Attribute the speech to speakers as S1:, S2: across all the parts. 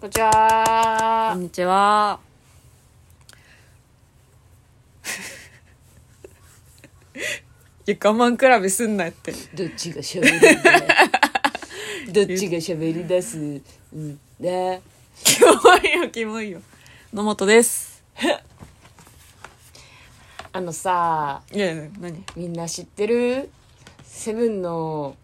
S1: こんにちは
S2: こんにちは。 いや、我慢比べすんなって。
S3: どっちが喋るんだよどっちが喋り出すんだ
S2: キモいよ、キモいよ。野本です。
S3: あのさ
S2: いやいや、何
S3: みんな知ってるセブンの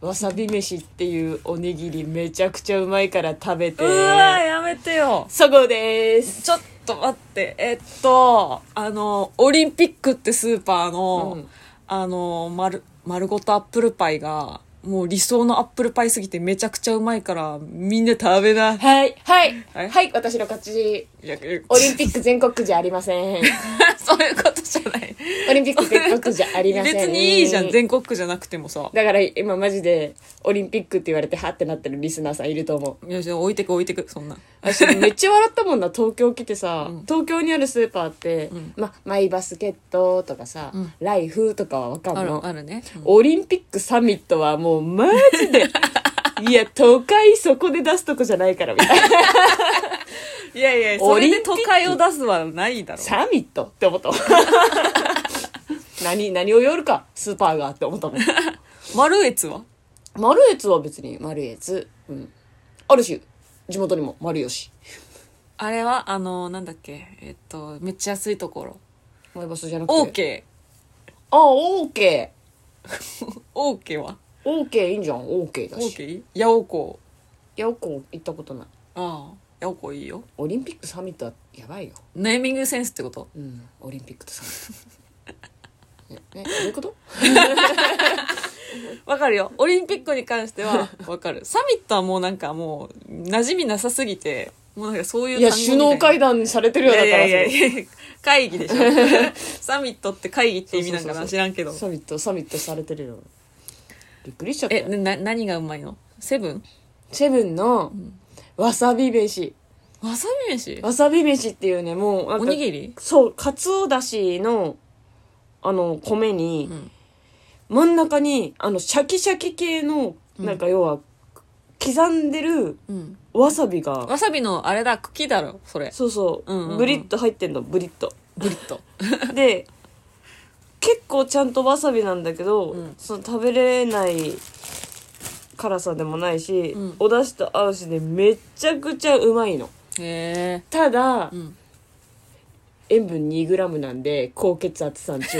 S3: わさび飯っていうおにぎりめちゃくちゃうまいから食べて
S2: うわやめてよ。
S3: そごうです
S2: ちょっと待って、えっと、あの、オリンピックってスーパーの、
S3: うん
S2: あの、丸、丸ごとアップルパイが、もう理想のアップルパイすぎてめちゃくちゃうまいから、みんな食べな。い
S3: はいはい
S2: はい
S3: はい私の勝 ち
S2: や、 え
S3: オリンピック全国区じゃありません
S2: そういうことじゃない。
S3: オリンピック全国区じゃあり ません
S2: 別にいいじゃん、全国区じゃなくてもさ。
S3: だから今マジでオリンピックって言われてハってなってるリスナーさんいると思う
S2: いや、じゃあ置いてく置いてく、そんな。
S3: 私めっちゃ笑ったもんな東京来てさ、東京にあるスーパーって、ま、マイバスケットとかさ、ライフとかはわかん
S2: ある、
S3: の
S2: あるね。
S3: オリンピックサミットはもうマジ でいや都会そこで出すとこじゃないからみたい ない
S2: やいや、それで都会を出すはないだろ。
S3: サミットって思ったもん 何何を夜かスーパーがって思ったもん
S2: 丸越は
S3: 丸越は別に丸越うんあるし地元にも丸吉
S2: あれは、あの、なんだっけ、えっと、めっちゃ安いところ。
S3: マイバスじゃなくて
S2: オーケ
S3: あオーケ
S2: ー。オーケーは
S3: ーオーケーいいんじゃんオーケー
S2: オ
S3: だし
S2: ーケーヤオコ
S3: いや、こう行ったことない。
S2: ー。ああ、ヤオコーいいよ。
S3: オリンピックサミットはやばいよ。
S2: ネーミングセンスってこと
S3: うん、オリンピックとサミット。 ね、ねどういうこと
S2: わかるよ。オリンピックに関しては、 わかる。サミットはもうなんかもう、馴染みなさすぎて、もうなんかそういう
S3: いや、
S2: 単語みた
S3: 首
S2: な
S3: 脳会談されてるようだ
S2: い
S3: から
S2: やいやいやいや会議 でしょサミットって会議って意味なん
S3: そう
S2: か
S3: そうそうそ
S2: な
S3: う
S2: 知らんけど
S3: サミット、サミットされてるよ。びっくりしちゃった
S2: え
S3: よ。
S2: な何がうまいのセブン
S3: セブンの、わさび飯。
S2: わさび飯
S3: わさび飯っていうね、もうなんか、
S2: おにぎり
S3: そう、かつおだしの、あの、米に、
S2: うん
S3: 真ん中に、あの、シャキシャキ系の、なんか要は、刻んでる
S2: うん
S3: わさびが、
S2: わさびのあれだ茎だろそれ
S3: そうそう,、
S2: うんうんうん
S3: ブリッと入ってんのブリッと
S2: ブリッと
S3: で結構ちゃんとわさびなんだけど、
S2: うん
S3: その食べれない辛さでもないし、
S2: うん
S3: お出汁と合うしでめちゃくちゃうまいの
S2: へえ
S3: ただ、
S2: うん
S3: 塩分 2g なんで高血圧さん 中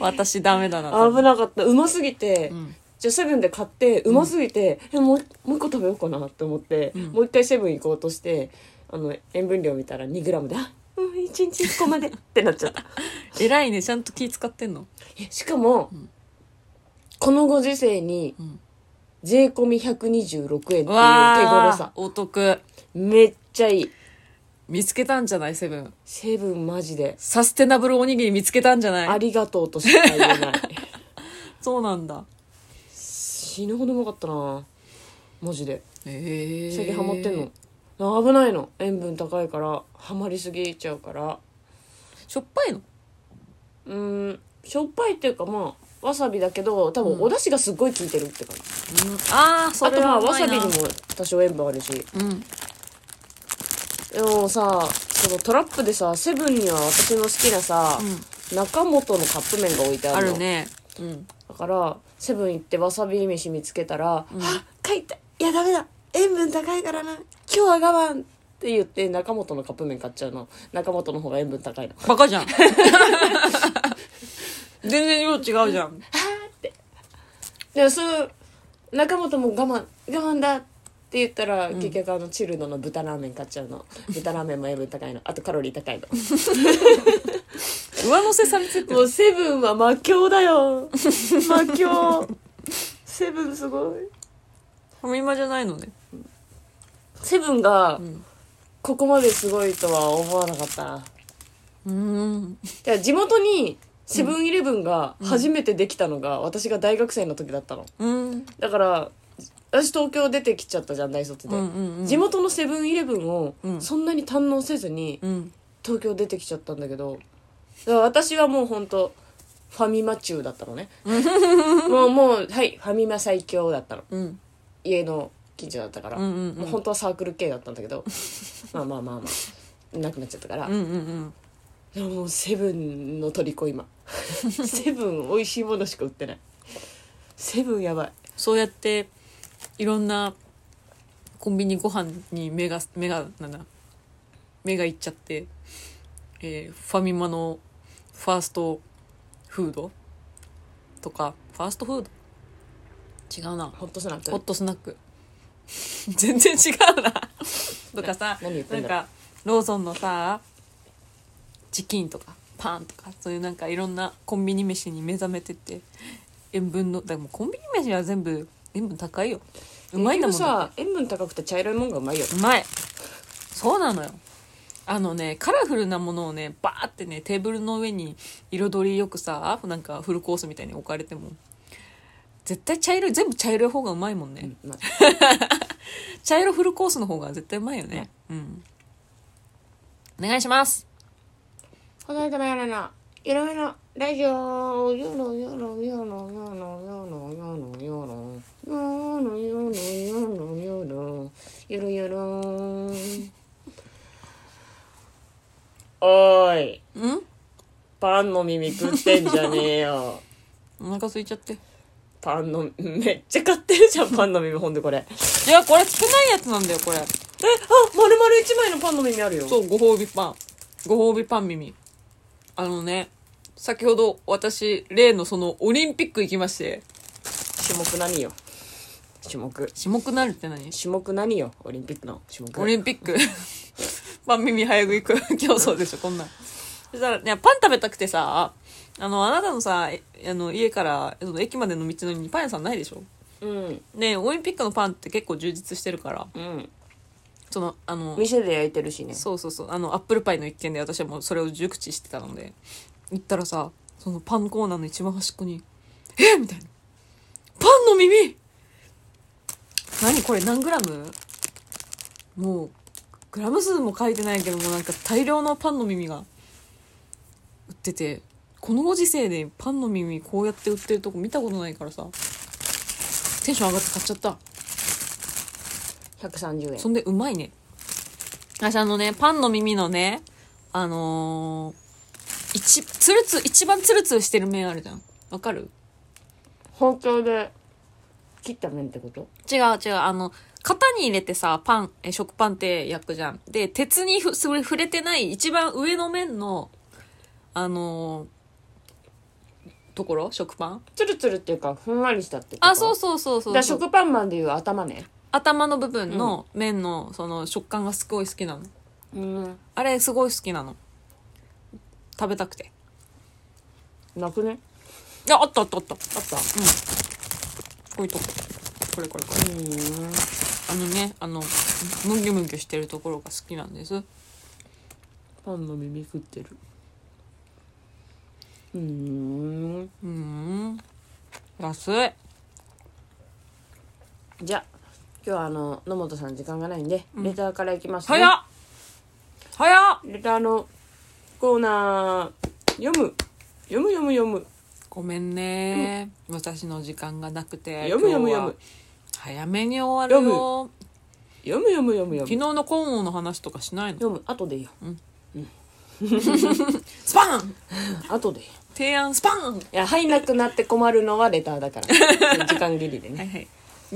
S2: 私ダメだな
S3: 危なかったうますぎて、
S2: うん
S3: じゃあセブンで買ってうますぎて、えもうもう一個食べようかなって思って、
S2: うん
S3: もう一回セブン行こうとしてあの塩分量見たら 2g であうん1日1個までってなっちゃった
S2: 偉いねちゃんと気使ってんの
S3: えしかも、
S2: うん
S3: このご時世に
S2: うん
S3: 税込み126円っていう手
S2: う
S3: 頃
S2: わあ
S3: さ
S2: お得
S3: めっちゃいい
S2: 見つけたんじゃないセブン
S3: セブンマジで
S2: サステナブルおにぎり見つけたんじゃな
S3: あ
S2: い
S3: りがとうとしか言え ない
S2: そうなんだ
S3: 死ぬほどうまかったなマジで
S2: へえ
S3: 最近ハマってんの、あ危ないの塩分高いからハマりすぎちゃうから
S2: しょっぱいの
S3: うーんしょっぱいっていうかまあわさびだけど多分お出汁がすっごい効いてるって感じ、
S2: ああそ
S3: あ
S2: れ
S3: とま
S2: は
S3: あ
S2: う
S3: わ
S2: まい
S3: さび
S2: な
S3: にも多少塩分あるし
S2: うん
S3: でもさそのトラップでさセブンには私の好きなさ、中本のカップ麺が置いてあ
S2: あ
S3: るの
S2: るね。うん。
S3: だからセブン行ってわさび飯見つけたら「
S2: ん
S3: あ書いたいやダメだ塩分高いからな今日は我慢」って言って中本のカップ麺買っちゃうの中本の方が塩分高いの
S2: バカじゃん。全然量違うじゃん。
S3: でそう中本も我慢我慢だって言ったら、結局あのチルドの豚ラーメン買っちゃうの豚ラーメンも塩分高いのあとカロリー高いの
S2: 上乗せされてて
S3: もうセブンは魔境だ よ魔境セブンすごい
S2: ファミマじゃないのね。
S3: セブンが
S2: ん
S3: ここまですごいとは思わなかったな
S2: うーん。
S3: いや地元にセブンイレブンが初めてできたのが私が大学生の時だったの
S2: うん。
S3: だから私東京出てきちゃったじゃん大卒で、
S2: うんうんうん
S3: 地元のセブンイレブンを
S2: うん
S3: そんなに堪能せずに
S2: うん。
S3: 東京出てきちゃったんだけどだから私はもうほんとファミマ中 だったのねもうもうはいファミマ最強だったの
S2: うん。
S3: 家の近所だったから、
S2: うんうんうん
S3: まあ本当はサークル系だったんだけ どまあまあまあまあなくなっちゃったから、
S2: うんうんうん
S3: でももうセブンの虜 今セブン美味しいものしか売ってないセブンやばい
S2: そうやっていろんなコンビニご飯に目が目がなんだ目がいっちゃって、えーファミマのファーストフードとかファーストフード違うな
S3: ホットスナック
S2: ホットスナック 全然違うな とかさ
S3: 何言って
S2: なん
S3: んだろ
S2: かローソンのさチキンとかパンとかそういうなんかいろんなコンビニ飯に目覚めてって塩分のでもうコンビニ飯は全部塩分高いよう
S3: う
S2: まいんだもん
S3: 結局さ塩分高くて茶色いもんがうまいよ
S2: うまいそうなのよあのねカラフルなものをねバーってねテーブルの上に彩りよくさなんかフルコースみたいに置かれても絶対茶色い全部茶色い方がうまいもんね、
S3: うんまあ
S2: 茶色フルコースの方が絶対うまいよね。うん。お願いします。
S3: この間のやらな、いろいろ、ラジオ、よろよろよろよろよろよろよろ、よろよろよろよろ、よろよろ。おーい、
S2: うん
S3: パンの耳食ってんじゃねえよ。
S2: お腹空いちゃって。
S3: パンの、めっちゃ買ってるじゃん、パンの耳、ほんでこれ。え、あ、
S2: いや、これ少ないやつなんだよ、これ。
S3: 丸々一枚のパンの耳あるよ。
S2: そう、ご褒美パン。ご褒美パン耳。あのね、先ほど私、例のその、オリンピック行きまして。
S3: 種目何よ。種目。
S2: 種目なるって何
S3: 種目何よ、オリンピックの種目。
S2: オリンピ ック。パン耳早食い 競争でしょ、こんなん。そしたら、ね、パン食べたくてさ、あの、あなたのさ、えあの、家から、その駅までの道のりにパン屋さんないでしょ
S3: うん、
S2: ねオリンピックのパンって結構充実してるから、
S3: うん。
S2: その、あの、
S3: 店で焼いてるしね。
S2: そうそうそう、あの、アップルパイの一件で私はもうそれを熟知してたので、行ったらさ、そのパンコーナーの一番端っこに、えみたいな。パンの耳何これ何グラムもう、グラム数も書いてないけども、なんか大量のパンの耳が売ってて、このご時世でパンの耳こうやって売ってるとこ見たことないからさ、テンション上がって買っちゃった。
S3: 130円
S2: そんでうまいね。私あのね、パンの耳のね、あのー、一、つるつ、一番つるつるしてる面あるじゃん。わかる
S3: 包丁で切った面ってこと
S2: 違う違う、あの、型に入れてさ、パン、え、食パンって焼くじゃん。で、鉄にふ、それ触れてない一番上の面の、あのーところ食パン
S3: つるつるっていうかふんわりしたってこと
S2: あ、そうそうそうそう
S3: だ
S2: そう。
S3: 食パンマンでいう頭ね
S2: 頭の部分の面の、その食感がすごい好きなの。
S3: うん
S2: あれすごい好きなの。食べたくて。
S3: なくね
S2: いや、あったあったあった。
S3: あった
S2: こういうとこ。これこれこれ。
S3: うん
S2: あのね、あの、ムギュムギュしてるところが好きなんです。
S3: パンの耳食ってるうん
S2: うーん。安い。
S3: じゃあ今日はあの野本さん時間がないんで、レターからいきますね
S2: 早っ早っ
S3: レターのコーナー読む読む読む読む
S2: ごめんね、私の時間がなくて。
S3: 読む読む
S2: 今日は
S3: 読む。
S2: 早めに終わるよ。
S3: 読む読む読む
S2: 昨日
S3: 読む
S2: のコーン王の話とかしないの
S3: 読む後でいいよ
S2: スパン
S3: 後でいいよ
S2: 提案スパンはい
S3: や入んなくなって困るのはレターだから 時間切りでね、
S2: いはい。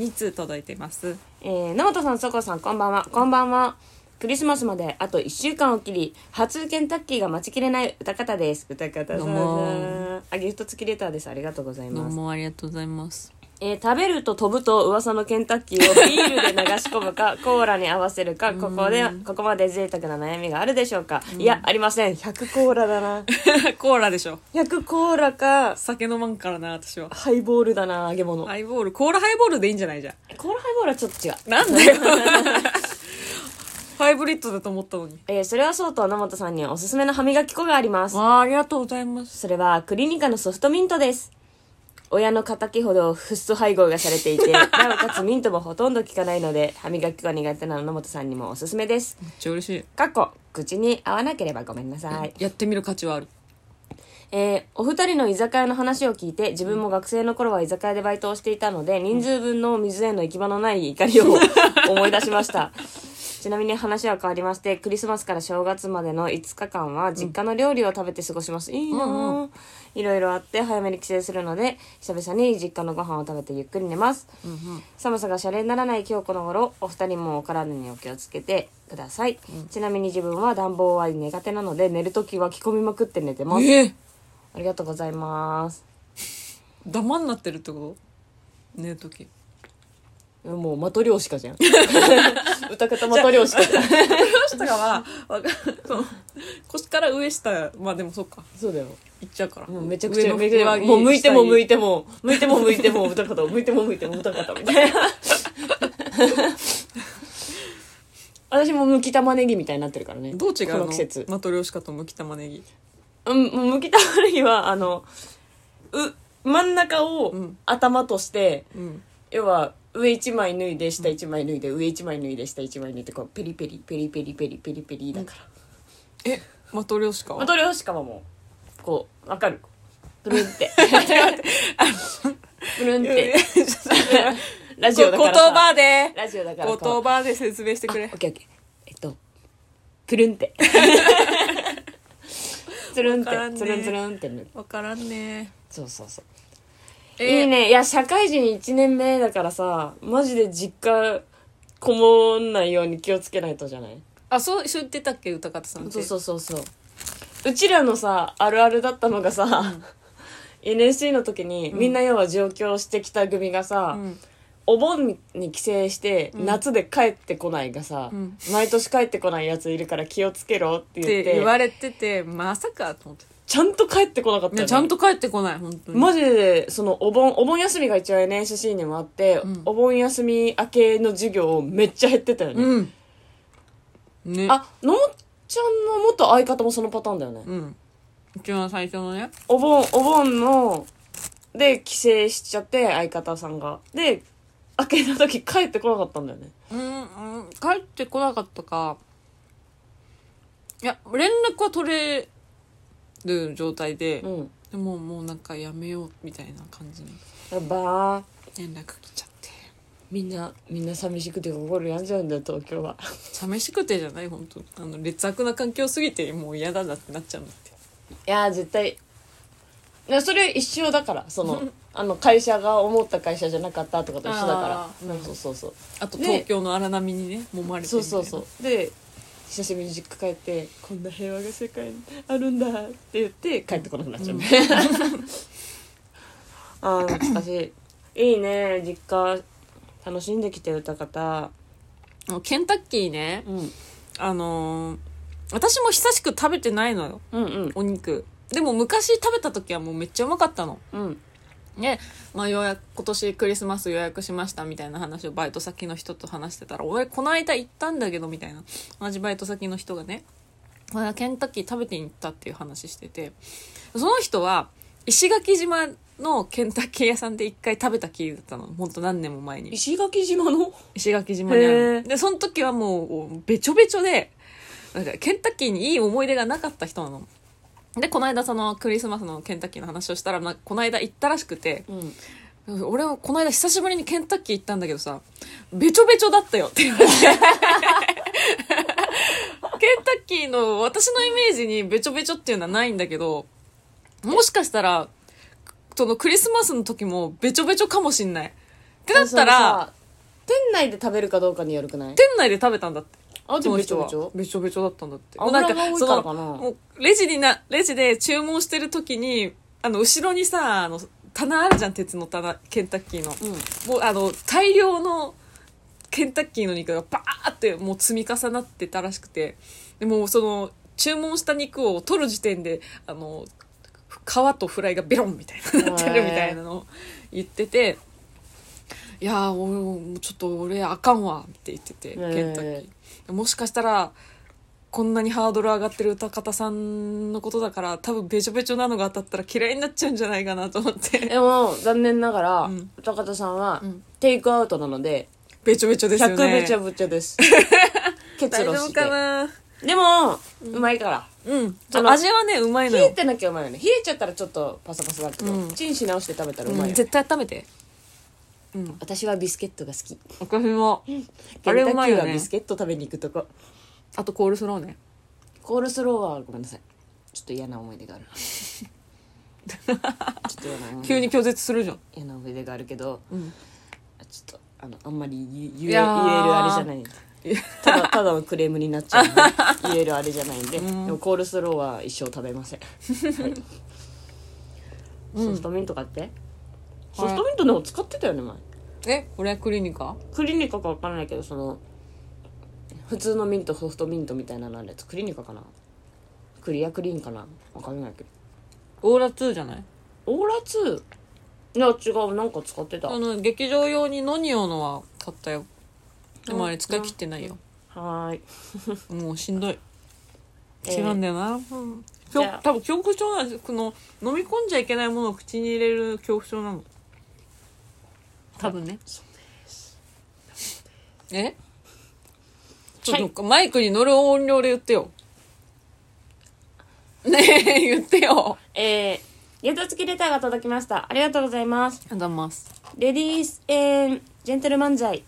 S2: 2通届いてます。
S3: えー、野本さんそこさんこんばんはこんばんはクリスマスまであと1週間を切り初ケンタッキーが待ちきれない歌方です歌方さ
S2: どうんも
S3: あギフト付きレターですありがとうござい
S2: どう
S3: ます、
S2: もありがとうございます。
S3: えー、食べると飛ぶと噂のケンタッキーをビールで流し込む かコーラに合わせるかここでここまで贅沢な悩みがあるでしょうかいやありません100コーラだな
S2: コーラでしょ。
S3: 100コーラか
S2: 酒飲まんからな、私は。
S3: ハイボールだな揚げ物
S2: ハイボール、コーラハイボールでいいんじゃないじゃん。
S3: コーラハイボールはちょっと違う
S2: な んだよ。ハイブリッドだと思ったのに。
S3: えーそれはそうと野本さんにおすすめの歯磨き粉があります
S2: わあ、ありがとうございます。
S3: それはクリニカのソフトミントです親の敵ほどフッ素配合がされていてなおかつミントもほとんど効かないので歯磨き粉が苦手な野本さんにもおすすめです
S2: めっちゃ嬉しい。
S3: かっこ口に合わなければごめんなさい、
S2: やってみる価値はある。
S3: えーお二人の居酒屋の話を聞いて自分も学生の頃は居酒屋でバイトをしていたので人数分の水への行き場のない怒りを 思い出しましたちなみに話は変わりましてクリスマスから正月までの5日間は実家の料理を食べて過ごします、いいなあ、
S2: うん
S3: いろいろあって早めに帰省するので久々に実家のご飯を食べてゆっくり寝ます
S2: うんうん
S3: 寒さがシャレにならない今日この頃お二人もお体にお気をつけてください、ちなみに自分は暖房は苦手なので寝るときは着込みまくって寝てます
S2: えー、
S3: ありがとうございます
S2: ダマになってるってこと寝る時
S3: もうマトリョーシカじゃん 歌方マトリョーシカじゃん
S2: 下とかは わかその腰から上下まあでもそっか
S3: そうだよ
S2: いっちゃうから
S3: もうめちゃくちゃ
S2: 上の
S3: めちゃくちゃ
S2: 上着
S3: もう向いても向い
S2: て
S3: ても向いても向いても歌方向いても向いても歌方み たいな私もむき玉ねぎみたいになってるからね
S2: どう違うの
S3: この季節
S2: マトリョーシカとむき玉ねぎ
S3: うん、もうむき玉ねぎは、あの、う、真ん中を
S2: うん
S3: 頭として、
S2: うん
S3: 要は、上一枚脱いで、下一枚脱いで、上一枚脱いで、下一枚脱いで、こう、ペリペリ、ペリペリペリペリペリだから。
S2: えマトリョーシカは
S3: まあ、どれをしかはもう、こう、わかる。プルン って。プルンっ
S2: いやい
S3: て
S2: や。
S3: ラジ
S2: 言
S3: オだからさ。
S2: 葉で
S3: ラジオだから
S2: 言
S3: こう。
S2: 葉で説明してく
S3: オ
S2: れ
S3: ッケーオッケー。えっと、プルン って。つるんっ
S2: わからん
S3: て、
S2: ね
S3: つるんつるんってね。
S2: わからんね
S3: そうそうそう。い
S2: え
S3: いね。いや、社会人1年目だからさ、マジで実家、こもんないように気をつけないとじゃない
S2: あそう一緒に言ってたっけ歌方さんって
S3: そうそうそうそう。うちらのさ、あるあるだったのがさ、NSC の時に、みんな要は上京してきた組がさ、
S2: うん
S3: お盆に帰省して、
S2: うん
S3: 夏で帰ってこないがさ、
S2: うん
S3: 毎年帰ってこないやついるから気をつけろって言
S2: っ
S3: ってて、
S2: 言われててまさかと思って
S3: ちゃんと帰ってこなかった
S2: い
S3: よ
S2: や
S3: ね
S2: ちゃんと帰ってこない本当に
S3: マジで、そのお盆、お盆休みが一応 NSC にもあって、
S2: うん
S3: お盆休み明けの授業めっちゃ減ってたよね。
S2: うんね
S3: あ、のもちゃんの元相方もそのパターンだよね。
S2: うん一番最初のね
S3: お盆、お盆の、で、帰省しちゃって、相方さんが。で、明けの時帰ってこなかったんだよね。
S2: うん、うん、帰ってこなかったか。いや、連絡は取れる状態で、
S3: うん。
S2: でももうなんかやめようみたいな感じに
S3: やっばー。
S2: 連絡来ちゃって。
S3: みんな、みんな寂しくて心病んじゃうんだよ、東京は。
S2: 寂しくてじゃない本当あの、劣悪な環境すぎてもう嫌だなってなっちゃうんだって。
S3: いやー、絶対。いやそれ一緒だから、そ の、あの、会社が思った会社じゃなかったとかと一緒だ
S2: あ
S3: か
S2: ー
S3: ら。うんそうそうそう。
S2: あと
S3: ね
S2: 東京の荒波にね、揉まれて
S3: そ
S2: み
S3: う
S2: たいな
S3: そうそうで久しぶりに実家帰ってこんな平和が世界にあるんだって言って帰ってこなくなっちゃう、ね ああ懐かしいいいね実家楽しんできて歌方
S2: あのケンタッキーね、
S3: うん
S2: あのー私も久しく食べてないのよ、
S3: うんうん
S2: お肉。でも昔食べた時はもうめっちゃうまかったの。
S3: うん
S2: ね、まあ、ようやく今年クリスマス予約しましたみたいな話をバイト先の人と話してたら「俺この間行ったんだけど」みたいな同じバイト先の人がねこの間ケンタッキー食べて行ったっていう話しててその人は石垣島のケンタッキー屋さんで一回食べたきりだったのほんと何年も前に
S3: 石垣島の
S2: 石垣島にある
S3: へ
S2: のでその時はもうべちょべちょでなんかケンタッキーにいい思い出がなかった人なのでこの間そのクリスマスのケンタッキーの話をしたら、まあ、この間行ったらしくて
S3: うん
S2: 俺はこの間久しぶりにケンタッキー行ったんだけどさ、べちょべちょだったよって言われて。ケンタッキーの私のイメージにべちょべちょっていうのはないんだけど、もしかしたら、そのクリスマスの時もべちょべちょかもしんない。ってなったら、
S3: 店内で食べるかどうかによるくない
S2: 店内で食べたんだって。
S3: あ
S2: そ
S3: で
S2: の
S3: もべち
S2: 人
S3: ょ
S2: は
S3: べちょ
S2: べちょべちょだったんだって。もう
S3: 油が多いから
S2: そ
S3: か
S2: の
S3: な
S2: もうレジにな、レジで注文してる時に、あの、後ろにさ、あの、棚あるじゃん、鉄の棚、ケンタッキーの。
S3: うん
S2: もうあの大量のケンタッキーの肉がバーってもう積み重なってたらしくてでもうその注文した肉を取る時点であの皮とフライがベロンみたいになってるみたいなのを言ってて「いやー俺もうちょっと俺あかんわ」って言っててケンタッキー。
S3: へ
S2: もしかしたらこんなにハードル上がってる歌方さんのことだから多分べちょべちょなのが当たったら嫌いになっちゃうんじゃないかなと思って
S3: でも残念ながら、
S2: ん
S3: 歌方さんは、
S2: うん
S3: テイクアウトなので
S2: べちょべちょですよね
S3: 100べちゃぶっちゃです結
S2: 大
S3: 露
S2: 丈
S3: し
S2: 夫
S3: て
S2: かな
S3: でも、うまいから。
S2: うん
S3: あの
S2: 味はねうまいの
S3: 冷え
S2: よ、
S3: てなきゃうまいよね。冷えちゃったらちょっとパサパサだけど、
S2: うん
S3: チンし直して食べたらう
S2: う
S3: まい
S2: ん、
S3: よ、
S2: 絶対温めてうん
S3: 私はビスケットが好き。
S2: 私もあ
S3: あ
S2: れ
S3: れ
S2: う
S3: う
S2: ま
S3: ま
S2: い
S3: い
S2: よ
S3: よ
S2: ね
S3: ビスケット食べに行くとこ。
S2: あとコールスローね
S3: コールスローはごめんなさい。ちょっと嫌な思い出があ る。ちょっと嫌な思い
S2: 急に
S3: 出
S2: 拒絶するじゃん、
S3: 嫌な思い出があるけど、
S2: うん、
S3: ちょっと、あの、あんまり言う言え言
S2: い
S3: える
S2: やー
S3: あれじゃないんで。た だ、ただのクレームになっちゃうんで、言えるあれじゃないんで。
S2: うん
S3: でもコールスローは一生食べま せん。はいソフトミント買って。ソフトミントでも使ってたよね、前。
S2: えこれクリニカ
S3: クリニカかわからないけどその普通のミントソフトミントみたいなのあるやつクリニカかなクリアクリーンかなわからないけど
S2: オーラ2じゃない
S3: オーラ2いや違うなんか使ってた
S2: あ
S3: は
S2: の劇場用にノニオのは買ったよでもあれ使い切ってないよ、
S3: ーい
S2: もうしんどい
S3: えー
S2: 違うんだよな、うん、きょ
S3: じゃあ
S2: 多分恐怖症なんですこの飲み込んじゃいけないものを口に入れる恐怖症なの多分ね
S3: そう
S2: えち
S3: はい
S2: ょっとマイクに乗る音量で言ってよねえ言ってよ
S3: えー、ゲート付きレターが届きましたありがとうございます
S2: ありがとうございます
S3: レディース、えー、ジェントル漫才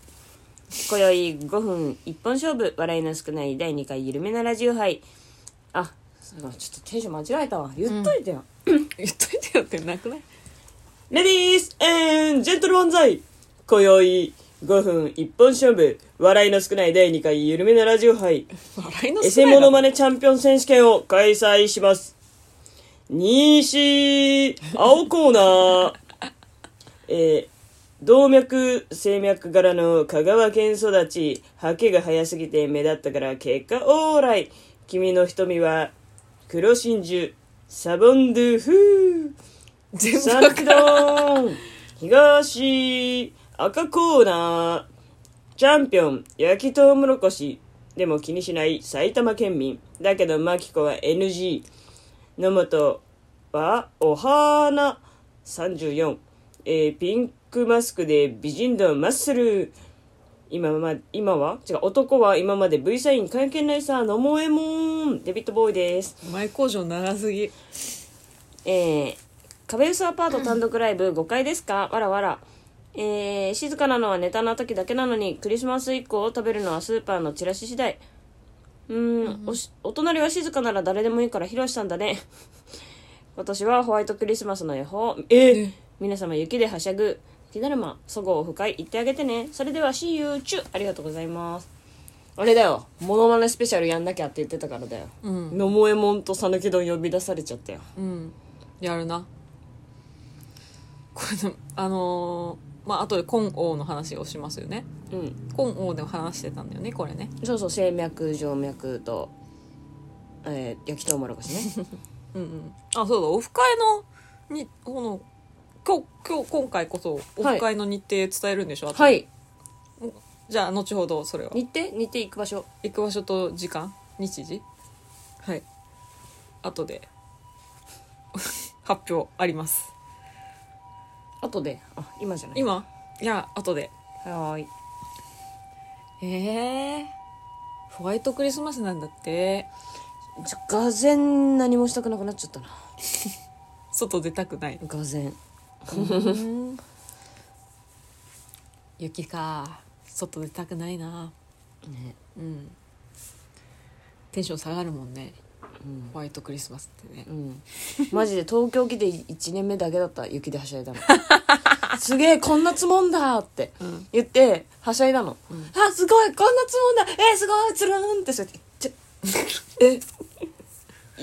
S3: 今宵5分一本勝負笑いの少ない第2回ゆるめなラジオ杯あそうだちょっとテンション間違えたわ言っといてよ、
S2: 言っといてよってなくない
S3: レディースジェントル漫才今宵5分一本勝負笑いの少ない第2回ゆるめなラジオ杯
S2: 笑いの
S3: エ
S2: 少
S3: セ
S2: ない
S3: モノマ
S2: ネ
S3: ネチャンピオン選手権を開催します西青コーナーえー動脈静脈柄の香川県育ちハケが早すぎて目立ったから結果オーライ君の瞳は黒真珠サボンドゥフー
S2: 全部
S3: サ
S2: わ
S3: ン
S2: か
S3: ク
S2: らん
S3: ドーン東赤コーナーチャンピオン焼きとうもろこしでも気にしない埼玉県民だけどマキコは NG 野本はお花34、えーピンクマスクで美人度マッスル今ま今は違う男は今まで V サイン関係ないさ野茂えもんデビッドボーイです
S2: 前工場長すぎ
S3: えー、壁薄アパート単独ライブ5回ですかわらわら。えー、静かなのはネタの時だけなのに、クリスマス以降食べるのはスーパーのチラシ次第。うーん、おし、お隣は静かなら誰でもいいから披露したんだね。今年はホワイトクリスマスの予報。えー、皆様雪ではしゃぐ。雪だるま、そごう不快、言ってあげてね。それでは、See you! チュありがとうございます。あれだよ、モノマネスペシャルやんなきゃって言ってたからだよ。
S2: うん
S3: 野茂えもんと讃岐丼呼び出されちゃったよ。
S2: うんやるなこれであのーまあ後で金王の話をしますよね
S3: うん。
S2: 金王でも話してたんだよねこれね
S3: そうそう静脈静脈と、えー、焼きとうもろこし ね
S2: うんうんあそうだオフ会のにこの今日今日今回こそオフ会の日程伝えるんでしょ、後で
S3: はい
S2: じゃあ後ほどそれは
S3: 日程日程行く場所
S2: 行く場所と時間日時はい後で 発表あります
S3: 後であ今じゃない
S2: 今いや後で
S3: はーい
S2: ええホワイトクリスマスなんだって
S3: じゃがぜん何もしたくなくなっちゃったな
S2: 外出たくない
S3: がぜん
S2: 雪か外出たくないな
S3: ね
S2: うんテンション下がるもんね
S3: うん
S2: ホワイトクリスマスってね
S3: うん、マジで東京来て1年目だけだった雪ではしゃいだ のすげえこんな積もんだって
S2: うん
S3: 言ってはしゃいだの、
S2: うん
S3: あすごいこんな積もんだえーすごいつるんってそうやってちょえ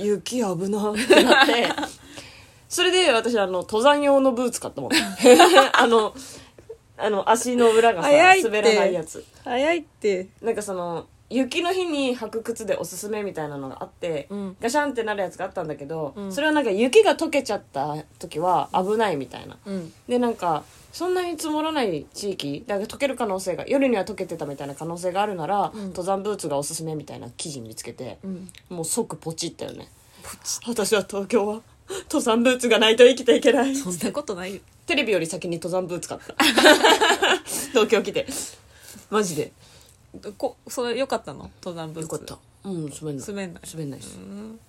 S3: 雪危なってな ってそれで私あの登山用のブーツ買 ったもんあのあの足の裏がさ
S2: 早いって
S3: 滑らないやつ
S2: 早いって
S3: なんかその雪の日に履く靴でおすすめみたいなのがあって、
S2: うん
S3: ガシャンってなるやつがあったんだけど、
S2: うん
S3: それはなんか雪が溶けちゃった時は危ないみたいな
S2: うん
S3: でなんかそんなに積もらない地域だから溶ける可能性が夜には溶けてたみたいな可能性があるなら、
S2: うん
S3: 登山ブーツがおすすめみたいな記事見つけて
S2: うん
S3: もう即ポチったよね私は東京は登山ブーツがないと生きていけない
S2: そんなことないよ
S3: テレビより先に登山ブーツ買った 東京来てマジで
S2: こそれ良かったの登山ブーツ
S3: よかったうん滑んない
S2: 滑んない
S3: 滑んないです
S2: うん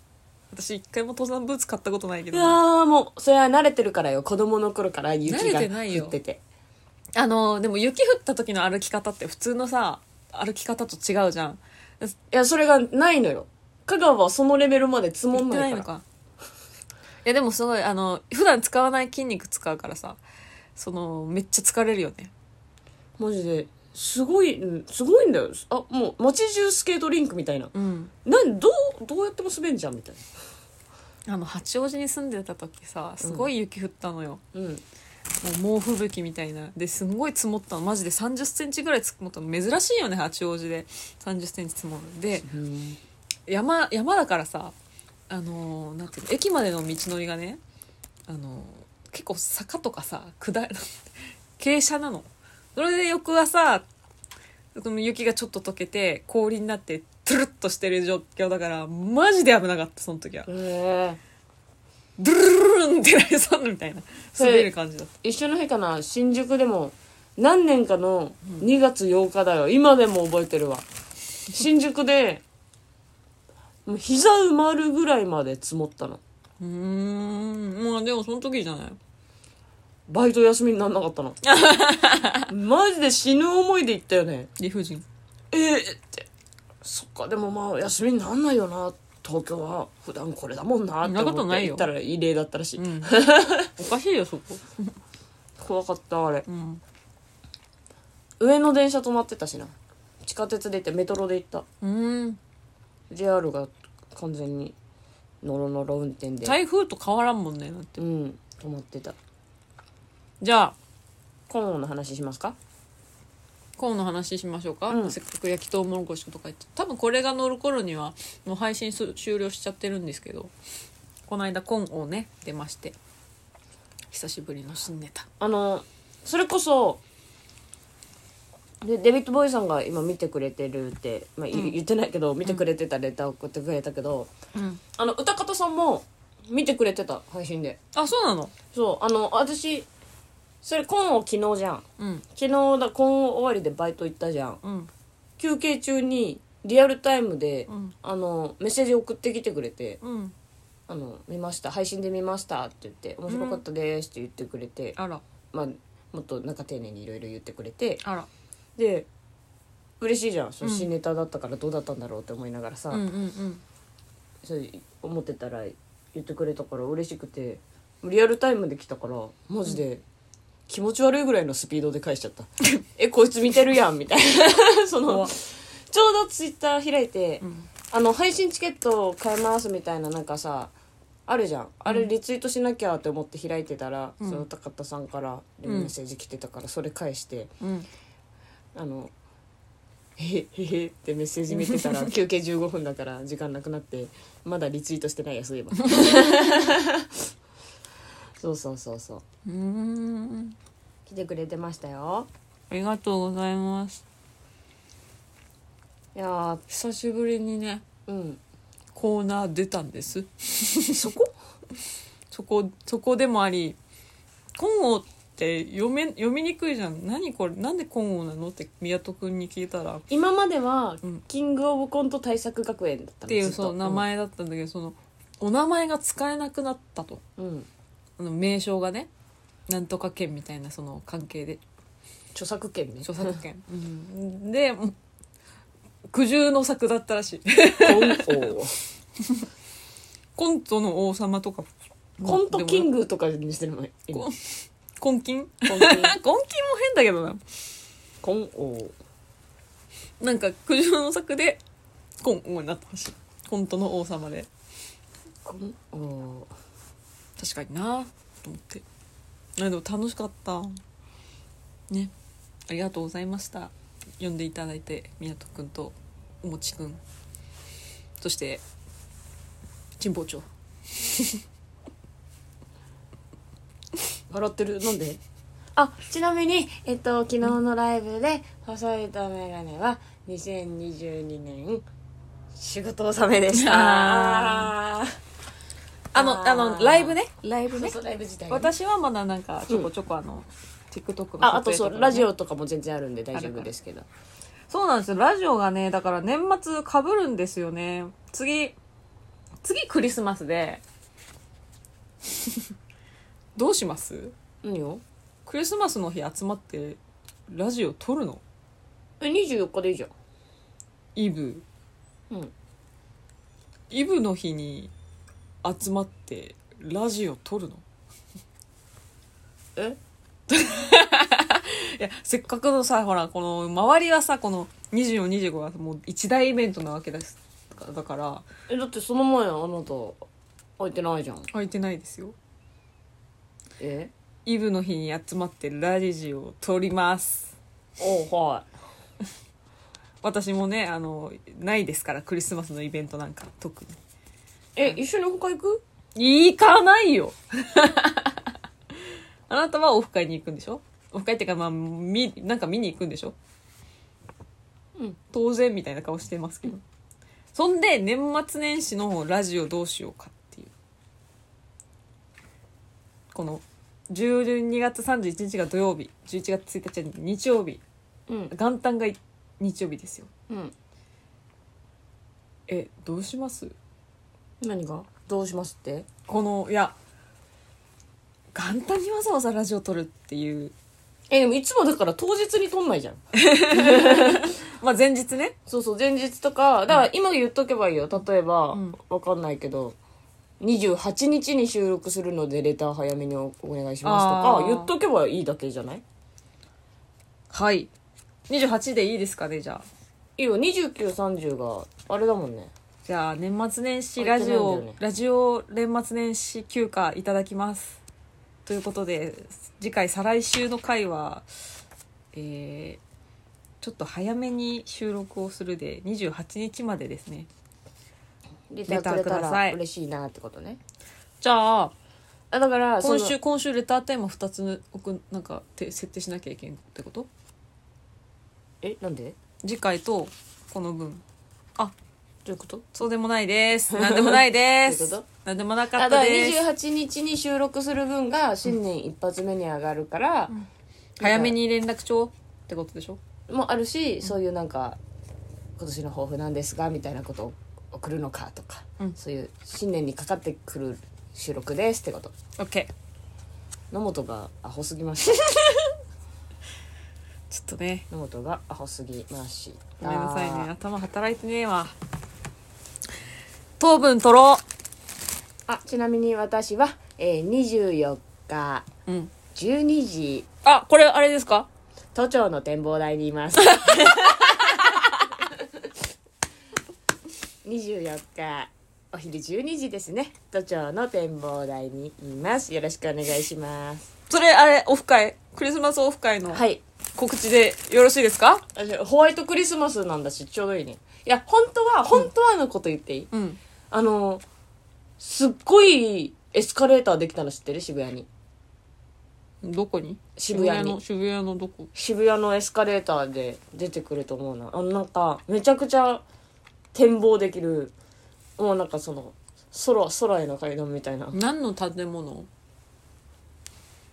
S2: 私一回も登山ブーツ買ったことないけ
S3: い
S2: ど
S3: やーもうそれは慣れてるからよ子供の頃から雪が
S2: 慣
S3: 降
S2: れてないよ
S3: ってて
S2: あのでも雪降った時の歩き方って普通のさ歩き方と違うじゃん
S3: いやそれがないのよ香川はそのレベルまで積も
S2: 持
S3: ん
S2: って
S3: な
S2: ないい
S3: か
S2: の
S3: ら
S2: かいやでもすごいあの普段使わない筋肉使うからさそのめっちゃ疲れるよね
S3: マジですごいうんすごいんだよあもう街中スケートリンクみたいな
S2: うん
S3: なんどうどうやっても滑んじゃんみたい
S2: あの八王子に住んでた時さすごい雪降ったのよ、
S3: なうん
S2: もう猛吹雪みたいなですんごい積もったのマジで3 0ンチぐらい積もったの珍しいよね八王子で3 0ンチ積もるで
S3: うん
S2: 山山だからさあのーなんていうの駅までの道のりがねあのー結構坂とかさ下傾斜なのそれで翌朝その雪がちょっと溶けて氷になってトゥルッとしてる状況だからマジで危なかったその時は
S3: え
S2: ドゥルルルルンってなりそうなみたいな
S3: それ
S2: 滑る感じだった
S3: ー、一緒の日かな新宿でも何年かの2月8日だよ今でも覚えてるわ新宿でもう膝埋まるぐらいまで積もったの
S2: うーんまあでもその時じゃない
S3: バイト休みになんなかった のマジで死ぬ思いで行ったよね
S2: 理不尽
S3: えー、ってそっかでもまあ休みになんないよな東京は普段これだもんなって
S2: そんなこと
S3: 思っ
S2: な
S3: て
S2: い
S3: 行
S2: よ
S3: ったら異例だったらしい、
S2: うんおかしいよそこ
S3: 怖かったあれ
S2: うん
S3: 上の電車止まってたしな地下鉄で行ってメトロで行った
S2: うーん
S3: JR が完全にノロノロ運転で、
S2: 台風と変わらんもんねだって
S3: うん止まってた
S2: じゃあ
S3: コーンの話しますか
S2: 今日の話しましょうか、
S3: うん
S2: せっかく焼きとうもろこしとか言って多分これが乗る頃にはもう配信す終了しちゃってるんですけどこの間コンをね出まして久しぶりの新ネタ
S3: あのそれこそでデビッド・ボーイさんが今見てくれてるって、まあい
S2: うん
S3: 言ってないけど見てくれてたレター送ってくれたけど、
S2: うん
S3: あの歌方さんも見てくれてた配信で
S2: あそうなの
S3: そうあの私それコーンを昨日じゃん
S2: うん
S3: 昨日だコーン終わりでバイト行ったじゃん
S2: うん
S3: 休憩中にリアルタイムで、
S2: うん
S3: あのメッセージ送ってきてくれて
S2: うん
S3: 「あの見ました配信で見ました」って言って「面白かったです」って言ってくれて、
S2: あら
S3: まあ、もっとなんか丁寧にいろいろ言ってくれて
S2: あら
S3: で嬉しいじゃんその
S2: うん
S3: 新ネタだったからどうだったんだろうって思いながらさ、
S2: うんうんうん
S3: それ思ってたら言ってくれたから嬉しくてリアルタイムで来たからマジで気持ち悪いぐらいのスピードで返しちゃった 「えこいつ見てるやん」みたいな その
S2: 怖っ
S3: ちょうどツイッター開いて、
S2: うん
S3: あの配信チケットを買いますみたいななんかさあるじゃんあれリツイートしなきゃって思って開いてたら、
S2: うん
S3: その高田さんからメ
S2: うん
S3: ッセージ来てたからそれ返して
S2: うん
S3: 「あのへへへ」ってメッセージ見て たら休憩15分だから時間なくなってまだリツイートしてないやそうい えばそうそうそうそう
S2: うーん
S3: 来てくれてましたよ
S2: ありがとうございます
S3: いやー
S2: 久しぶりにね
S3: うん
S2: コーナー出たんです
S3: そこ
S2: そこそこでもあり「コンオ」って読め読みにくいじゃん何これなんでコンオなのって宮戸くんに聞いたらっ
S3: 今までは、
S2: うん
S3: キングオブコント対策学園だったの
S2: ていう
S3: ずっと
S2: そう名前だったんだけど、そのお名前が使えなくなったと
S3: うん
S2: あの名称がねなんとか権みたいなその関係で
S3: 著作権ね
S2: 著作権、 うん、でもう苦渋の策だったら しい
S3: コント
S2: コントの王様とか
S3: コントキ
S2: で
S3: ン
S2: も
S3: グとかにしてるもん今
S2: コンコンキン
S3: コンキン
S2: コンキンも変だけどな
S3: コン王
S2: なんか苦渋の策でコン王になったらしいコントの王様で
S3: コン王
S2: 確かになと思ってあでも楽しかったねありがとうございました呼んでいただいて湊くんとおもちくんそして神保町
S3: 笑ってるなんであちなみにえっと昨日のライブで細いとメガネは2022年仕事納めでした
S2: ああの
S3: あ
S2: あ
S3: ー
S2: のライブねライブ
S3: そう
S2: ね
S3: そうライブ自体がね
S2: 私はまだなんかちょこちょこあの、TikTok の撮影
S3: ああとそう
S2: かね
S3: ラジオとかも全然あるんで大丈夫ですけど
S2: そうなんですよ。ラジオがね、だから年末被るんですよね。次、次クリスマスで。どうします
S3: 何よ
S2: クリスマスの日集まって、ラジオ撮るの
S3: え24日でいいじゃん
S2: イブ。
S3: うん
S2: イブの日に集まって、ラジオ撮るの
S3: え
S2: いや、せっかくのさ、ほら、この、周りはさ、この24、25はもう一大イベントなわけです。だから、
S3: えだってその前あなた空いてないじゃん
S2: 空いてないですよ。
S3: え
S2: イブの日に集まってラジオを撮ります
S3: おうは
S2: 私もねあのないですからクリスマスのイベントなんか特
S3: いえ一緒に他行く
S2: に行かないよ あなたはオフ会に行くんでしょオフ会っていうかまあみなんか見に行くんでしょ
S3: うん
S2: 当然みたいな顔してますけど、そんで年末年始のラジオどうしようかっていうこの12月31日が土曜日11月1日が日曜日
S3: うん
S2: 元旦が日曜日ですよ
S3: うん
S2: えどうします
S3: 何がどうしますって
S2: このいや元旦にわざわざラジオ撮るっていう
S3: えでもいつもだから当日に撮んないじゃん
S2: まあ前日ね
S3: そうそう前日とかだから今言っとけばいいよ例えば、
S2: うん
S3: わかんないけど28日に収録するのでレター早めにおお願いしますと
S2: あ
S3: か
S2: ー
S3: 言っとけばいいだけじゃない
S2: はい28でいいですかねじゃあ
S3: いいよ2930があれだもんね
S2: じゃあ年末年始ラジ
S3: 空い
S2: オ、
S3: てないんだよね
S2: ラジオ年末年始休暇いただきますということで次回再来週の回はえーちょっと早めに収録をするで28日までですね
S3: レタ
S2: タ
S3: ー
S2: ー
S3: く
S2: く
S3: れ
S2: れ
S3: た
S2: た
S3: ら
S2: ら
S3: 嬉しいなってことね
S2: じゃあ
S3: あだから
S2: 今
S3: そ
S2: 週
S3: の
S2: 今週レターテーマ2つ送んなんかて設定しなきゃいけんってこと
S3: えなんでど
S2: 次回とこの分
S3: ういうこと
S2: そうでもないですなんでもないで
S3: どういうこ
S2: す
S3: と
S2: なんでもなか
S3: あ
S2: っ
S3: だ
S2: た
S3: から
S2: です
S3: 28日に収録する分が新年一発目に上がるから、
S2: 早めに連絡帳ってことでしょ
S3: もあるし、そういうなんか今年の抱負なんですがみたいなことを送るのかとか、
S2: うん
S3: そういう新年にかかってくる収録ですってこと
S2: OK
S3: 野本がアホすぎました
S2: ちょっとね
S3: 野本がアホすぎまし
S2: ご
S3: た
S2: めんなさいね頭働いてねえわ糖分取ろ
S3: あちなみに私は、えー、24日
S2: ううん
S3: 12時
S2: あこれあれですか
S3: 都庁の展望台にいます。24日お昼12時ですね。都庁の展望台にいます。よろしくお願いします。
S2: それあれオフ会クリスマスオフ会の
S3: はい。
S2: 告知でよろしいですか、
S3: ホワイトクリスマスなんだしちょうどいいね。いや本当は本当はのこと言っていい。
S2: うん
S3: あのすっごいエスカレーターできたの知ってる渋谷に。
S2: どこに
S3: 渋谷に
S2: の渋谷のどこ
S3: 渋谷のエスカレーターで出てくると思うなあのなんかめちゃくちゃ展望できるもうなんかその空空への階段みたいな
S2: 何の建物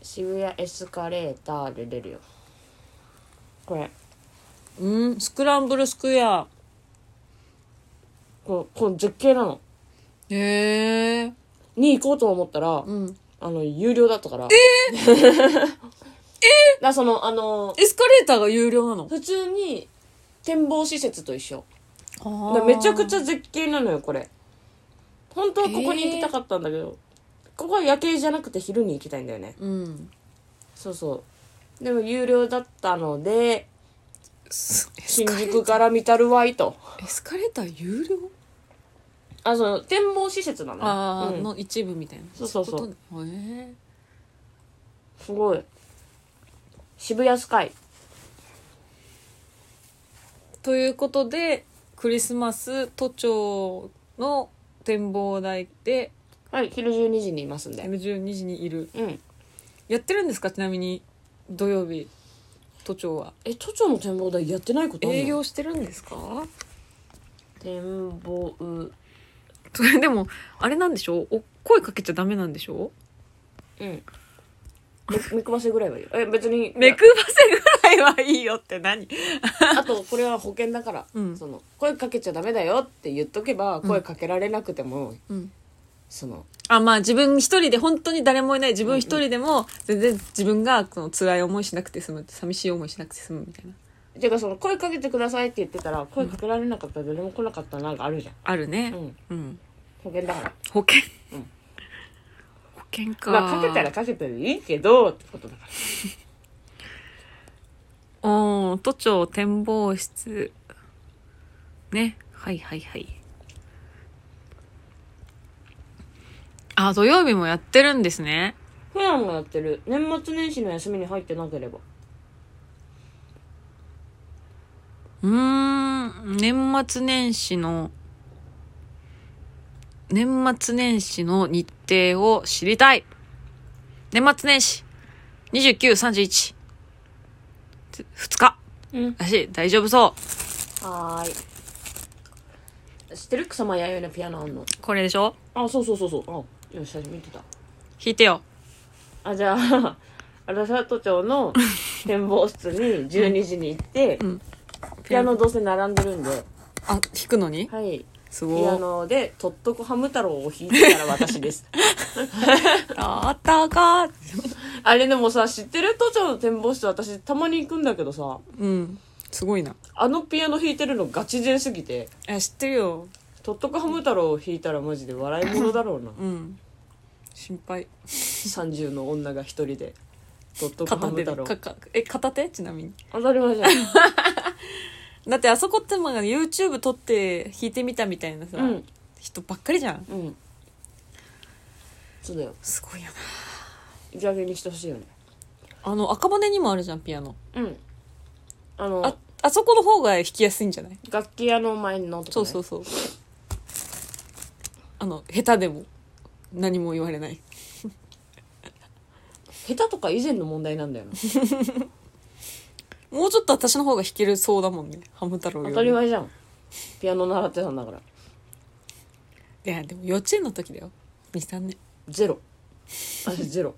S3: 渋谷エスカレーターで出るよこれ
S2: うんスクランブルスクエア
S3: こうこの絶景なの
S2: へえ
S3: に行こうと思ったら
S2: うん
S3: あの有料だったからえ えだそのあの
S2: エスカレーターが有料なの
S3: 普通に展望施設と一緒だから
S2: あ
S3: めちゃくち
S2: ゃ
S3: ゃ絶景なのよこれ本当はここに行きたかったんだけど、ここは夜景じゃなくて昼に行きたいんだよね
S2: うん
S3: そうそうでも有料だったので
S2: すエス
S3: 新
S2: カレ
S3: 宿から見たるわいと
S2: エスカレーター有料
S3: あその展望施設なのよ
S2: ああ、
S3: うん
S2: の一部みたいな
S3: そうそうそう
S2: いことねへ
S3: すごい渋谷スカイ
S2: えということでクリスマス都庁の展望台で
S3: はい昼12時にいますんで
S2: M12 時にいる
S3: うん
S2: やってるんですかちなみに土曜日都庁は
S3: え都庁の展望台やってないことあんの
S2: 営業してるんですか
S3: 展望うん
S2: そ れでもあれなんでしょうお声かけちゃダメなんでしょう
S3: め目くばせぐらいはいいよえ別に
S2: 目くばせぐら回はいいよって何
S3: あとこれは保険だから、
S2: うん
S3: その声かけちゃダメだよって言っとけば声かけられなくても、
S2: うん
S3: その
S2: あ、まあ自分一人で本当に誰もいない自分一人でも全然自分がその辛い思いしなくて済む、寂しい思いしなくて済むみたいな。
S3: てかその声かけてくださいって言ってたら声かけられなかったら誰も来なかったらなんかあるじゃん、
S2: あるね。
S3: うん
S2: うん。
S3: 保険だから
S2: 保険。
S3: うん
S2: 保険か。
S3: まあかけたらかけたらいいけどってことだから
S2: うん、都庁展望室。ね。はいはいはい。あ、土曜日もやってるんですね。
S3: 普段もやってる年末年始の休みに入ってなければ
S2: うーん、年末年始の、年末年始の日程を知りたい。年末年始、29、31、2日。
S3: うん
S2: らしい、大丈夫そ
S3: はーい知ってる草間弥生のピアノあんの
S2: う。これでしょ
S3: あそうそうそうそうあよし見てた
S2: 弾いてよ。
S3: あじゃ あ荒里町の展望室に12時に行って、
S2: ん
S3: ピアノどうせ並んでるんで
S2: あ、弾くのに
S3: はい
S2: す
S3: ピア
S2: ごい。
S3: ノで「とっとこハム太郎」を弾いてたら私です
S2: あったかー。
S3: あれでもさ知ってる都庁の展望室私たまに行くんだけどさ
S2: うん。すごいな。
S3: あのピアノ弾いてるのガチ勢すぎて
S2: え、知ってるよ。
S3: 「とっとこハム太郎」を弾いたらマジで笑い者だろうな
S2: うん。心配。
S3: 30の女が一人で「とっとこハム太郎
S2: か」かえ、片手ちなみに。
S3: 当たり前じゃん
S2: だってあそこってまあ YouTube 撮って弾いてみたみたいなさ、
S3: うん
S2: 人ばっかりじゃん
S3: うんそうだよ
S2: すごいよな
S3: いい加減にしてほしいよね
S2: あの赤羽にもあるじゃんピアノ
S3: うんあの
S2: ああそこの方が弾きやすいんじゃない
S3: 楽器屋の前のとか、ね、
S2: そうそうそうあの下手でも何も言われない
S3: 下手とか以前の問題なんだよな
S2: もうちょっと私の方が弾けるそうだもんねハム太郎よ
S3: 当
S2: り
S3: たり前じゃんピアノ習ってたんだから
S2: いやでも幼稚園の時だよ23年
S3: ゼロあゼロ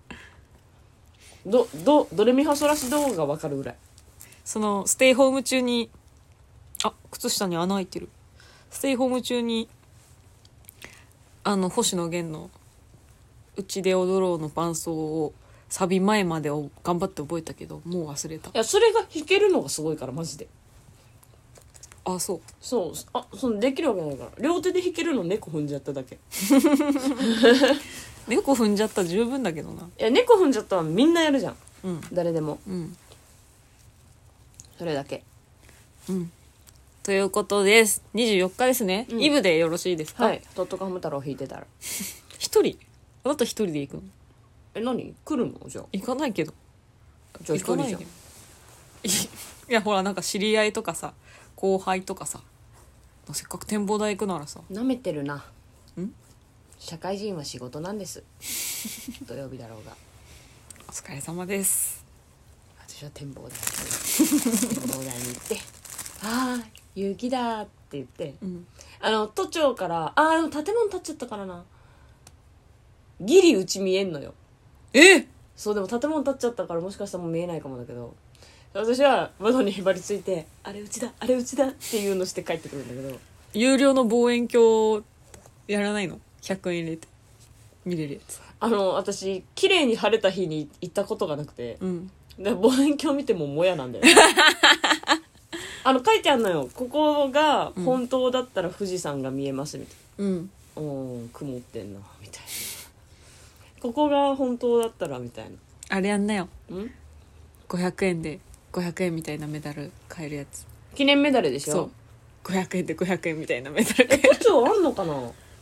S3: どどドレミファソラシドが分かるぐらい
S2: そのステイホーム中にあ靴下に穴開いてるステイホーム中にあの星野源の「うちで踊ろう」の伴奏をサビ前までを頑張って覚えたけどもう忘れた
S3: いやそれが弾けるのがすごいからマジで
S2: あそう
S3: そうあそのできるわけないから両手で弾けるの猫踏んじゃっただけ
S2: 猫踏んじゃった十分だけどない
S3: や猫踏んじゃったはみんなやるじゃん
S2: うん
S3: 誰でも
S2: うん
S3: それだけ
S2: うんということです24日ですね、
S3: うん
S2: イブでよろしいですか、
S3: はいトットカハム太郎弾いてたら
S2: 一人あなた一人で行くの
S3: え何来るのじゃあ
S2: 行かないけど
S3: じゃあ一
S2: 行
S3: 人
S2: かない
S3: じ
S2: よ
S3: ゃん
S2: いやほらなんか知り合いとかさ後輩とかさせっかく展望台行くならさ
S3: なめてるなん社会人は仕事なんです 土曜日だろうが
S2: お疲れ様です
S3: 私は展望台に展望台に行って 「ああ雪だ」って言って
S2: うん
S3: あの都庁からああでも建物建っちゃったからなギリうち見えんのよ
S2: え
S3: そうでも建物建っちゃったからもしかしたらもう見えないかもだけど私は窓にへばりついて「あれうちだあれうちだ」っていうのして帰ってくるんだけど
S2: 有料の望遠鏡やらないの100円入れて見れるやつ
S3: あの私綺麗に晴れた日に行ったことがなくて
S2: うん
S3: で望遠鏡見てももやなんだ よあの書いてあんのよここが本当だったら富士山が見えますみたい
S2: うん
S3: な、うーん曇ってんなみたいなここが本当だったらみたい
S2: あれやんなよ
S3: なうん
S2: 500円で500円みたいなメダル買えるやつ
S3: 記念メダルでしょ
S2: そう500円で500円みたいなメダル
S3: え
S2: 買え
S3: 都庁あんのか な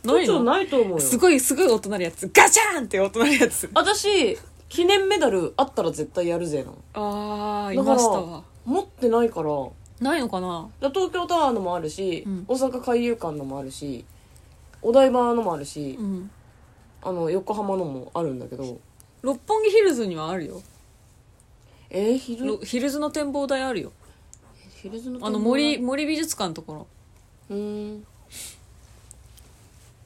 S3: 都庁ないと思うよ
S2: すごいすごい音鳴るやつガチャーンって音鳴るやつ
S3: 私記念メダルあったら絶対やるぜな
S2: ああい
S3: だから
S2: ましたわ
S3: 持ってないからだか
S2: ないのかな
S3: ら東京タワーのもあるし、
S2: うん
S3: 大阪海遊館のもあるしお台場のもあるし、
S2: うん
S3: あの横浜のもあるんだけど
S2: 六本木ヒルズにはあるよ
S3: えー、ひ
S2: ろ
S3: る
S2: ヒルズの展望台あるよ
S3: ひるずの展望
S2: あの
S3: 台
S2: 森森美術館のところ
S3: うーん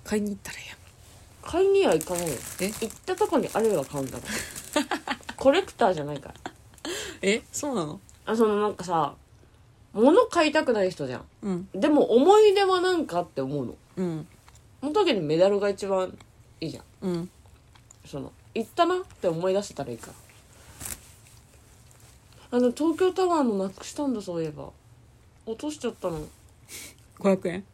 S2: 買いに行ったらいいや
S3: 買いには行かないよ
S2: え
S3: 行 ったとこにあるは買うんだからコレクターじゃないから
S2: えそうなの
S3: あそのなんかさ物買いたくない人じゃん
S2: うん
S3: でも思い出はなんかって思うの
S2: うん
S3: その時にメダルが一番いいじゃん
S2: うん
S3: その行ったなって思い出せたらいいからあの東京タワーのなくしたんだそういえば落としちゃったの
S2: 500円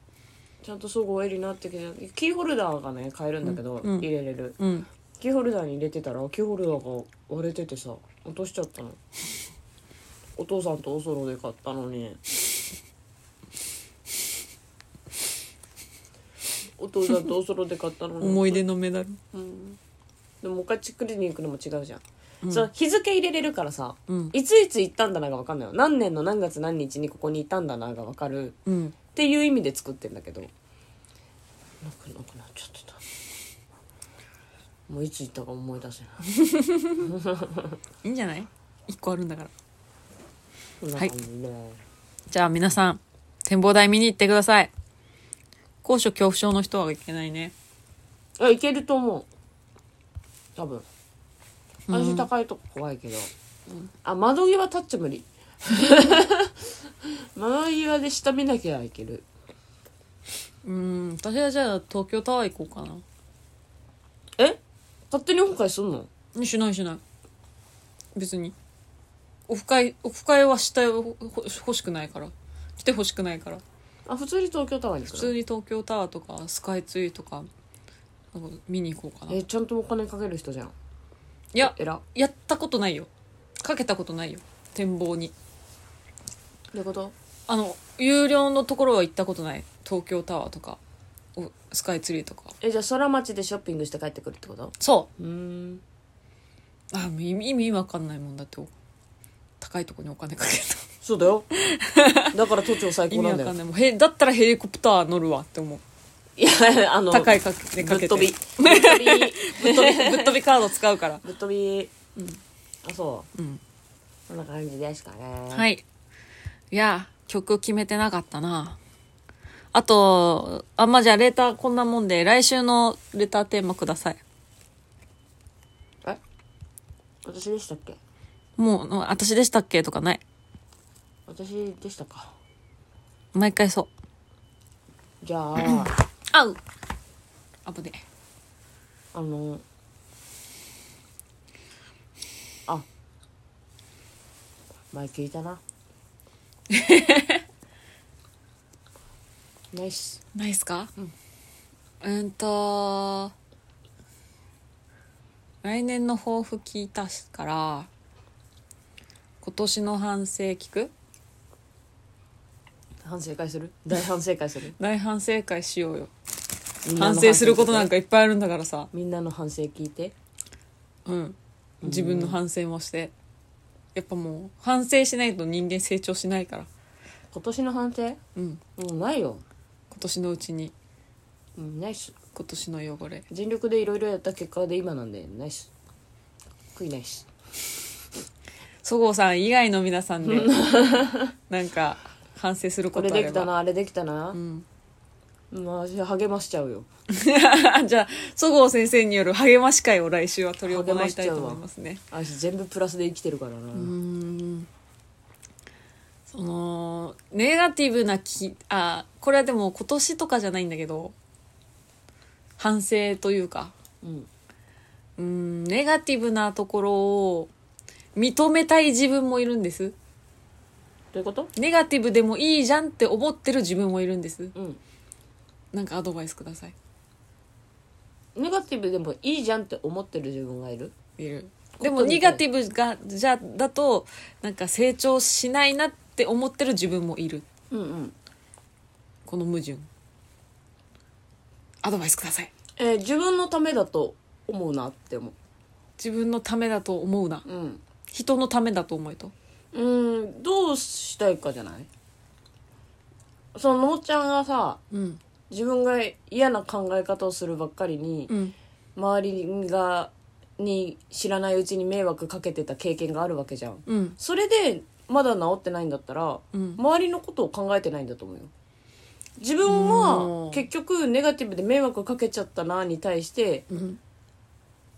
S3: ちゃんとそごう襟になってきてキーホルダーがね買えるんだけど、
S2: うんうん
S3: 入れれる
S2: うん
S3: キーホルダーに入れてたらキーホルダーが割れててさ落としちゃったの お父さんとおそろで買ったのにお父さんとおそろで買ったのに
S2: 思い出のメダル
S3: うんでももう一回チェックリに行くのも違うじゃん、
S2: うん
S3: そう日付入れれるからさ
S2: うん
S3: いついつ行ったんだなが分かんないよ何年の何月何日にここにいたんだなが分かる
S2: うん
S3: っていう意味で作ってんだけどなくなくなっちゃってたもういつ行ったか思い出せない
S2: いいんじゃない1個あるんだから
S3: こんな
S2: はい
S3: 感じで
S2: じゃあ皆さん展望台見に行ってください高所恐怖症の人は行けないね
S3: あいけると思う多分私高いとこ怖いけど、あ窓際タッチ無理 窓際で下見なきゃいける
S2: うん私はじゃあ東京タワー行こうか
S3: え勝手に本会すんの
S2: なしないしない別にオフ会オフ会はしたよほほ欲しくないから来て欲しくないから
S3: あ普通に東京タワーに行
S2: 普
S3: くの
S2: 通に東京タワーとかスカイツリーとかなんか見に行こうかない
S3: えちゃんとお金かける人じゃん
S2: や
S3: えらど
S2: やったことないよかけたことないよ展望に
S3: ういうこと
S2: あの有料のところは行ったことない東京タワーとかおスカイツリーとか
S3: えじゃあ空町でショッピングして帰ってくるってこと
S2: そう
S3: うーん
S2: あもう意味意味わかんないもんだってお高いとこにお金かけた
S3: そうだよだから都庁最
S2: 意
S3: 高
S2: 味
S3: な
S2: わ
S3: んだ
S2: か
S3: よ
S2: んないもうへだったらヘリコプター乗るわって思う
S3: いやあの
S2: 高いかけ
S3: ぶ
S2: か
S3: っ
S2: けて
S3: 飛びぶっ飛び
S2: ぶっ飛びぶっ飛びカード使うから
S3: ぶっ飛び、あそううんこんな感じですかね
S2: はいいいや曲決めてなかったなあとあんまあじゃあレターこんなもんで来週のレターテーマください
S3: え私でしたっけ
S2: もうの私でしたっけとかない
S3: 私でしたか
S2: 毎回そう
S3: じゃあ
S2: あうあぶね
S3: あのあ前聞いた なナイス
S2: ないっすかうんうんと来年の抱負聞いたから今年の反省聞く
S3: 反省会する大反省会する
S2: 大反省会しようよ
S3: みんなの
S2: 反省することなん
S3: か
S2: かいっぱいあるんだからさ
S3: みんなの反省聞いて
S2: うん自分の反省もしてやっぱもう反省しないと人間成長しないから
S3: 今年の反省も
S2: うん
S3: うないよ、
S2: 今年のうちに
S3: うん、ナイス
S2: 今年の汚れ
S3: 全力でいろいろやった結果で今なんでナイス悔いないし
S2: そごうさん以外の皆さ んでなんか反省する
S3: こ
S2: こ
S3: れ
S2: とあ
S3: で
S2: れ
S3: きた
S2: ば
S3: なあれできたな
S2: う、ん
S3: まあ励ましちゃうよ
S2: じゃあ、そごう先生による励まし会を来週は取り行いたいと思いますね。
S3: 私全部プラスで生きてるからな、
S2: うーん。その、ネガティブなき、あ、これはでも今年とかじゃないんだけど、反省というか、
S3: うん
S2: うーん、ネガティブなところを認めたい自分もいるんです。
S3: どういうこと
S2: ネガティブでもいいじゃんって思ってる自分もいるんです。
S3: うん
S2: なんかアドバイスください。
S3: ネガティブでもいいじゃんって思ってる自分がいる
S2: いるでもネガティブがじゃだとなんか成長しないなって思ってる自分もいる
S3: うんうん
S2: この矛盾アドバイスください
S3: えー自分のためだと思うなって思
S2: 自分のためだと思うな
S3: ううん
S2: 人のためだと思えと
S3: うんどうしたいかじゃないそののーちゃんがさ
S2: うん
S3: 自分が嫌な考え方をするばっかりに、
S2: うん
S3: 周りがに知らないうちに迷惑かけてた経験があるわけじゃん
S2: うん
S3: それでまだ治ってないんだったら
S2: うん
S3: 周りのことを考えてないんだと思うよ自分
S2: う
S3: は
S2: ん
S3: 結局ネガティブで迷惑かけちゃったなに対して
S2: うん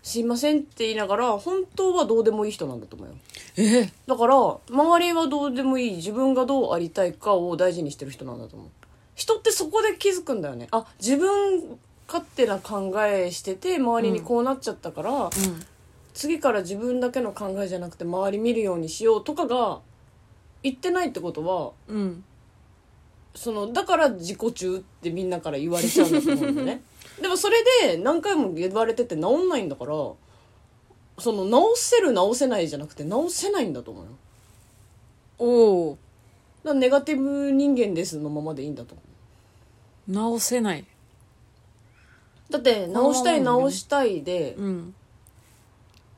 S3: すいませんって言いながら本当はどうでもいい人なんだと思うよ
S2: ええ
S3: だから周りはどうでもいい自分がどうありたいかを大事にしてる人なんだと思う人ってそこで気づくんだよねあ自分勝手な考えしてて周りにこうなっちゃったから、
S2: うん
S3: 次から自分だけの考えじゃなくて周り見るようにしようとかが言ってないってことは
S2: うん
S3: そのだから自己中ってみんなから言われちゃうんだと思うんだよ ねでもそれで何回も言われてて治んないんだからその治せる治せないじゃなくて治せないんだと思うよ
S2: おお
S3: だからネガティブ人間ですのままでいいんだと思
S2: 直せないう
S3: だって治したい
S2: まあまあまあ
S3: 治したいで
S2: うん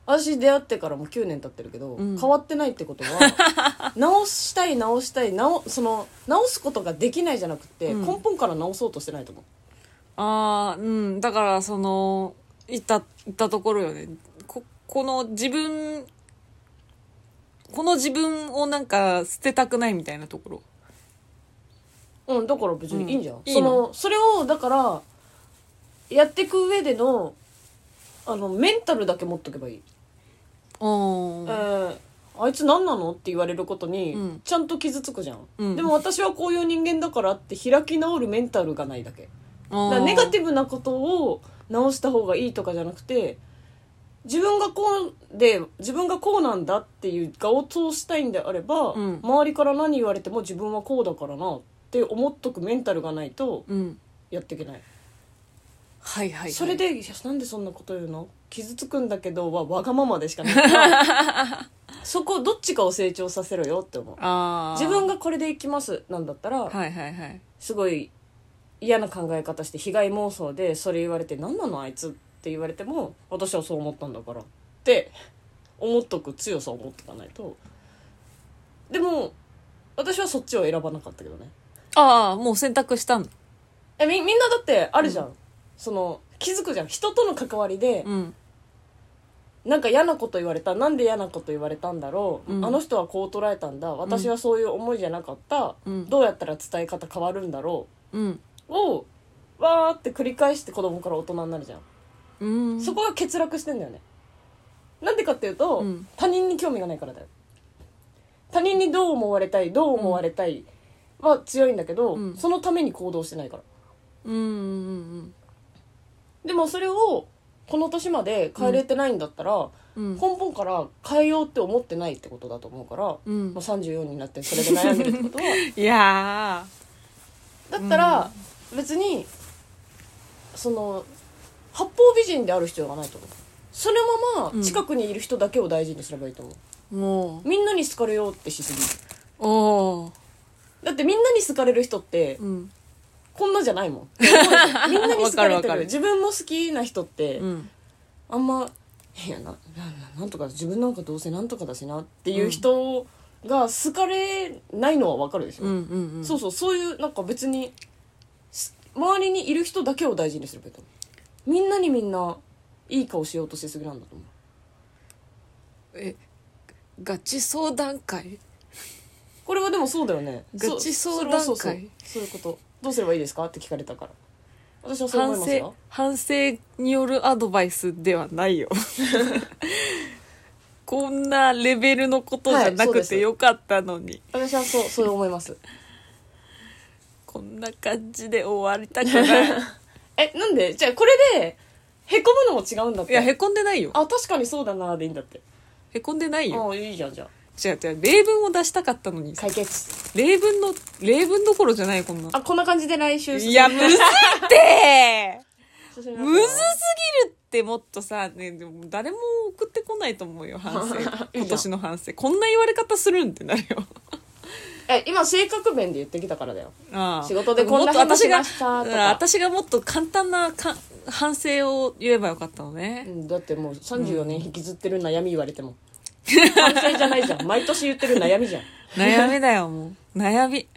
S3: 私出会ってからもう9年経ってるけど、
S2: うん
S3: 変わってないってこと は直したい直したい直その直すことができないじゃなくて、
S2: うん
S3: 根本から直そうとしてないと思う
S2: ああうんだからその言った言ったところよねここの自分この自分をなんか捨てたくないみたいなところ
S3: うん、だから別にいいんじゃん。
S2: うんい
S3: そ
S2: いの
S3: の、それを、だから、やっていく上での、あの、メンタルだけ持っとけばいい。え
S2: あ
S3: ーあいつ何なのって言われることに、
S2: うん
S3: ちゃんと傷つくじゃん,、
S2: うん
S3: でも私はこういう人間だからって開き直るメンタルがないだけ。だから
S2: あ
S3: ネガティブなことを直した方がいいとかじゃなくて、自分がこうで、自分がこうなんだっていう顔を通したいんであれば、
S2: うん
S3: 周りから何言われても自分はこうだからなって思っとくメンタルがないと、
S2: うん
S3: やっていけない、
S2: はいはい、はい、
S3: それでいや「なんでそんなこと言うの傷つくんだけど」はわがままでしかない そこどっちかを成長させろよって思う
S2: ああ
S3: 自分がこれでいきますなんだったら、
S2: はいはいはい
S3: すごい嫌な考え方して被害妄想でそれ言われて「何なのあいつ」って言われても「私はそう思ったんだから」って思っとく強さを持ってかないとでも私はそっちを選ばなかったけどね
S2: ああもう選択したんだ
S3: えみみんなだってあるじゃん、その気づくじゃん人との関わりで、
S2: うん
S3: なんか嫌なこと言われたなんで嫌なこと言われたんだろう、
S2: うん
S3: あの人はこう捉えたんだ私はそういう思いじゃなかった、
S2: うん
S3: どうやったら伝え方変わるんだろ
S2: うん
S3: うをわーって繰り返して子供から大人になるじゃん、
S2: うん
S3: そこが欠落してんだよねなんでかっていうと、
S2: うん
S3: 他人に興味がないからだよ他人にどう思われたいどう思われたいは強いんだけど、
S2: うん
S3: そのために行動してないから
S2: うんうん
S3: でもそれをこの年まで変えれてないんだったら、
S2: うんうん
S3: 根本から変えようって思ってないってことだと思うから、
S2: うん
S3: もう34になってそれで悩んでるってことは
S2: いや
S3: だったら別にその八方美人である必要がないと思うそのま
S2: うん
S3: ま近くにいる人だけを大事にすればいいと思う、
S2: ーもう
S3: みんなに好かれようってしすぎる
S2: おお
S3: だってみんなに好かれる人って
S2: うん
S3: こんなじゃない もんみんなに好かれ
S2: わかるわ
S3: て
S2: か
S3: る
S2: る
S3: 自分も好きな人って
S2: うん
S3: あんまいやなななんとか自分なんかどうせなんとかだしなっていう人が好かれないのはわかるでしょ、
S2: うんうんうん
S3: そうそうそういうなんか別にす周りにいる人だけを大事にすればいいと思うみんなにみんないい顔しようとしすぎなんだと思う
S2: えガチ相談会
S3: これはでもそうだよね
S2: ガチ
S3: そ
S2: 相談会
S3: それはそうそうそういうことどうすればいいですかって聞かれたから私はそう思
S2: 反
S3: いますよ
S2: 省反省によるアドバイスではない よこんなレベルのことじゃな
S3: はいそうで
S2: く
S3: す
S2: てよかったのに、
S3: 私はそうそう思い ます
S2: こんな感じで終わりたく ない
S3: えなんでじゃあこれでへこむのも違うんだっ
S2: い
S3: て
S2: やへこんでないよ
S3: あ確かにそうだなーでいいんだって
S2: へこんでないよ
S3: ああいいじゃんじゃあ
S2: 違う違う例文を出したかったのに
S3: 解決
S2: 例文の例文どころじゃないこんな
S3: あこんな感じで来週
S2: いやむず いって
S3: 進みますよ
S2: むずすぎるってもっとさ、ね、でも誰も送ってこないと思うよ反 省
S3: いいじゃん
S2: 今年の反省こんな言われ方するんってなる よ
S3: え今性格面で言ってきたからだよ
S2: ああ
S3: 仕事でこんな
S2: もっと
S3: 話しましたとか
S2: 私が私がもっと簡単なか反省を言えばよかったの
S3: う
S2: ね、
S3: んだってもう34年引きずってる悩み言われても、反省じゃないじゃん 毎年言ってる悩みじゃん
S2: 悩みだよも う悩み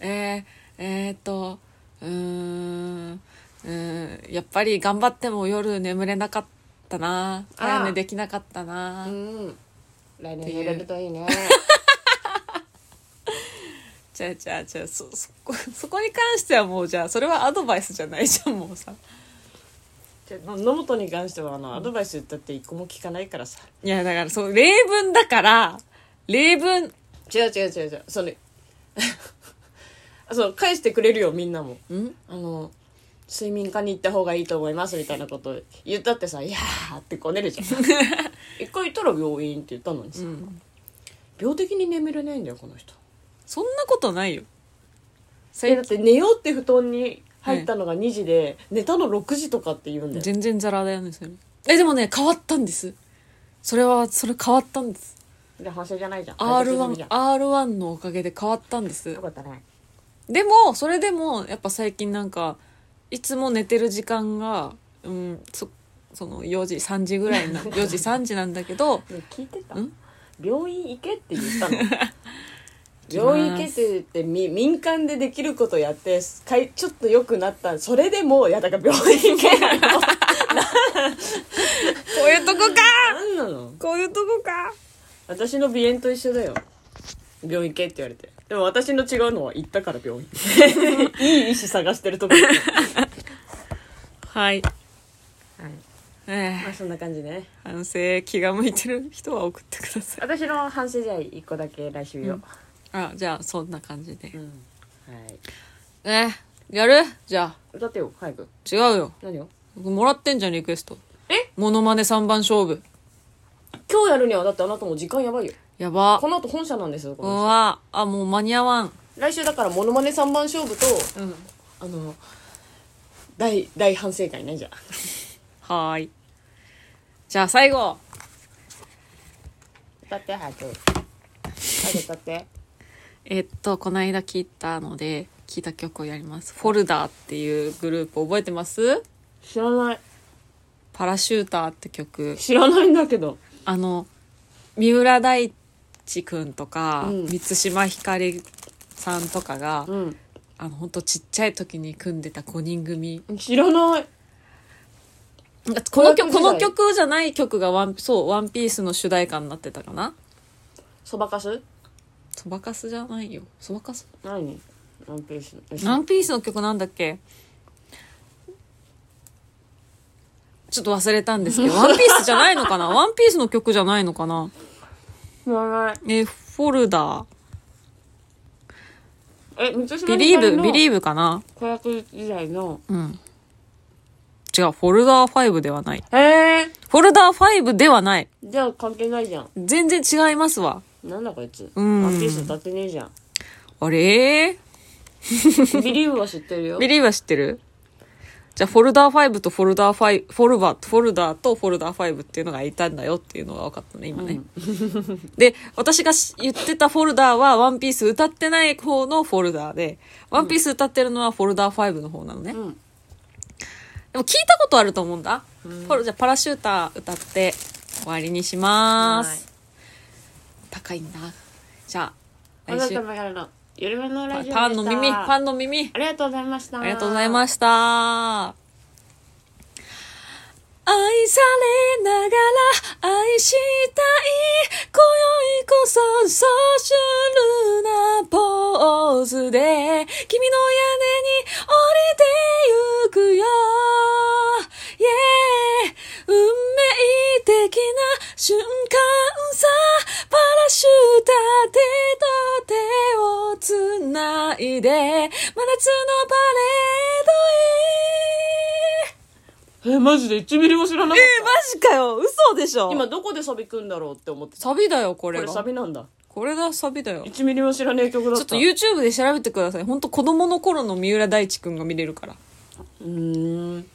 S2: えー、えー、っとうーんうーんやっぱり頑張っても夜眠れなかったな
S3: ああ
S2: 早寝できなかったな
S3: うん来年やれるといい ね
S2: じゃあじゃあじゃあそそこそこに関してはもうじゃあそれはアドバイスじゃないじゃんもうさ
S3: けど野本に関してはあのアドバイス言ったって一個も聞かないからさ
S2: いや、だから、そう、例文だから、例
S3: 違
S2: 文、
S3: う違う違う違うそれ そう返してくれるよみんなも
S2: ん
S3: あの睡眠科に行った方がいいと思いますみたいなこと言ったってさ「いやー」ってこねるじゃん 一回行ったら病院って言ったのにさ、
S2: うん。
S3: 病的に眠れないんだよこの人
S2: そんなことないよ。
S3: えだって寝ようって布団に入ったのが2時で、寝たの6時とかって言うんだよ
S2: 全然ザラだよね、それ。え、でもね、変わったんです。それは、それ変わったんです。
S3: で反省じゃないじゃん解決済みじ
S2: R1、
S3: ゃ
S2: R1 のおかげで変わったんで
S3: ん
S2: す
S3: よ。かったね
S2: でも、それでも、やっぱ最近なんか、いつも寝てる時間が、うん、そ、その4時、3時ぐらいな、4時、3時なんだけど、
S3: ね聞いてた
S2: ん
S3: 病院行けって言ったの
S2: す
S3: 病院行けって言ってみ民間でできることやってかいちょっと良くなったそれでもういやだから病院行けなの
S2: こういうとこか
S3: 何なの
S2: こういうとこか
S3: 私の鼻炎と一緒だよ病院行けって言われてでも私の違うのは行ったから病院いい医師探してるところ、
S2: はい。え
S3: まあそんな感じね
S2: ー反省、気が向いてる人は送ってください。
S3: 私の反省試合一個だけ来週よ、
S2: あ、じゃあ、そんな感じで。
S3: うんは
S2: えーやるじゃあ、
S3: い、だってよ早く
S2: 違うよ。
S3: 何を
S2: 僕もらってんじゃん、リクエスト。
S3: え
S2: モノマネ3番勝負。
S3: 今日やるにはだってあなたもう時間やばいよ
S2: やば。
S3: この後本社なんですよこ
S2: う
S3: の人
S2: わ、あ、もう間に合わん。
S3: 来週だからモノマネ三番勝負と
S2: うん。
S3: あの大大反省会ねじゃあ
S2: はーい。じゃあ、最後。
S3: 歌って早く早く歌って
S2: えっと、この間聞いたので、聞いた曲をやります。フォルダーっていうグループ覚えてます
S3: 知らない
S2: パラシューターって曲。
S3: 知らないんだけど
S2: あの三浦大知くんとか、
S3: うん
S2: 満島ひかりさんとかが、
S3: うん
S2: あの本当ちっちゃい時に組んでた5人組
S3: 知らない
S2: この曲
S3: 子役
S2: この
S3: 時代
S2: 曲じゃない曲がワンそう「ワンピースの主題歌になってたかな
S3: そばかす
S2: そばかすじゃないよそばかす
S3: 何ワンピースの
S2: ワンピースの曲なんだっけちょっと忘れたんですけど、ワンピースじゃないのかなワンピースの曲じゃないのかな
S3: 知らない
S2: え、フォルダー。
S3: え三島
S2: ビ
S3: ひ
S2: リ
S3: かりの
S2: ーブ、ビリーブかな
S3: 子役時代の
S2: うん。違う、フォルダー5ではない。
S3: へえ
S2: フォルダー5ではない。
S3: じゃあ関係ないじゃん
S2: 全然違いますわ。
S3: なんだこいつ
S2: ん
S3: ワンピース歌ってねえじゃ ん
S2: あれ
S3: ビリーブは知ってるよ
S2: ビリーは知ってるじゃあ、フォルダー5とフォルダー5、フォルバ、フォルダーとフォルダー5っていうのがいたんだよっていうのが分かったね、今ね。で、私がし言ってたフォルダーは、ワンピース歌ってない方のフォルダーで、ワンピース歌ってるのはフォルダー5の方なのね。
S3: うん
S2: でも聞いたことあると思うんだ。フォルじゃあパラシューター歌って終わりにします。
S3: はい
S2: 高いんだ。じゃあ、
S3: あな
S2: 来週
S3: た。もやるの緩めのラジオでした
S2: パンの耳、パンの耳。
S3: ありがとうございました
S2: ありがとうございました。愛されながら愛したい。今宵こそソーシュルなポーズで君の屋根に降りてゆくよ。イェー運命的な瞬間さ。パラシューター手と手をつないで、真夏のパレー
S3: えマジで1ミリも知らなかっ
S2: ドへ。マジかよ嘘でしょ
S3: た今どこでサビくんだろうって思ってた
S2: サビだよ、こ
S3: こ
S2: れ
S3: れ
S2: が。
S3: サビなんだ
S2: これがサビだよ。ち
S3: 1ミリも知らねえ曲だっ
S2: ょ
S3: た
S2: っと YouTube で調べてください。ほんと子供の頃の三浦大知くんが見れるから。
S3: うーん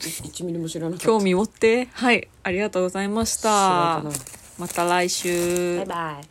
S3: 1ミリも知らなかった
S2: 興味持って。はい、ありがとうございまし
S3: 知ら
S2: た
S3: なかっ。
S2: また来週。
S3: バイバイ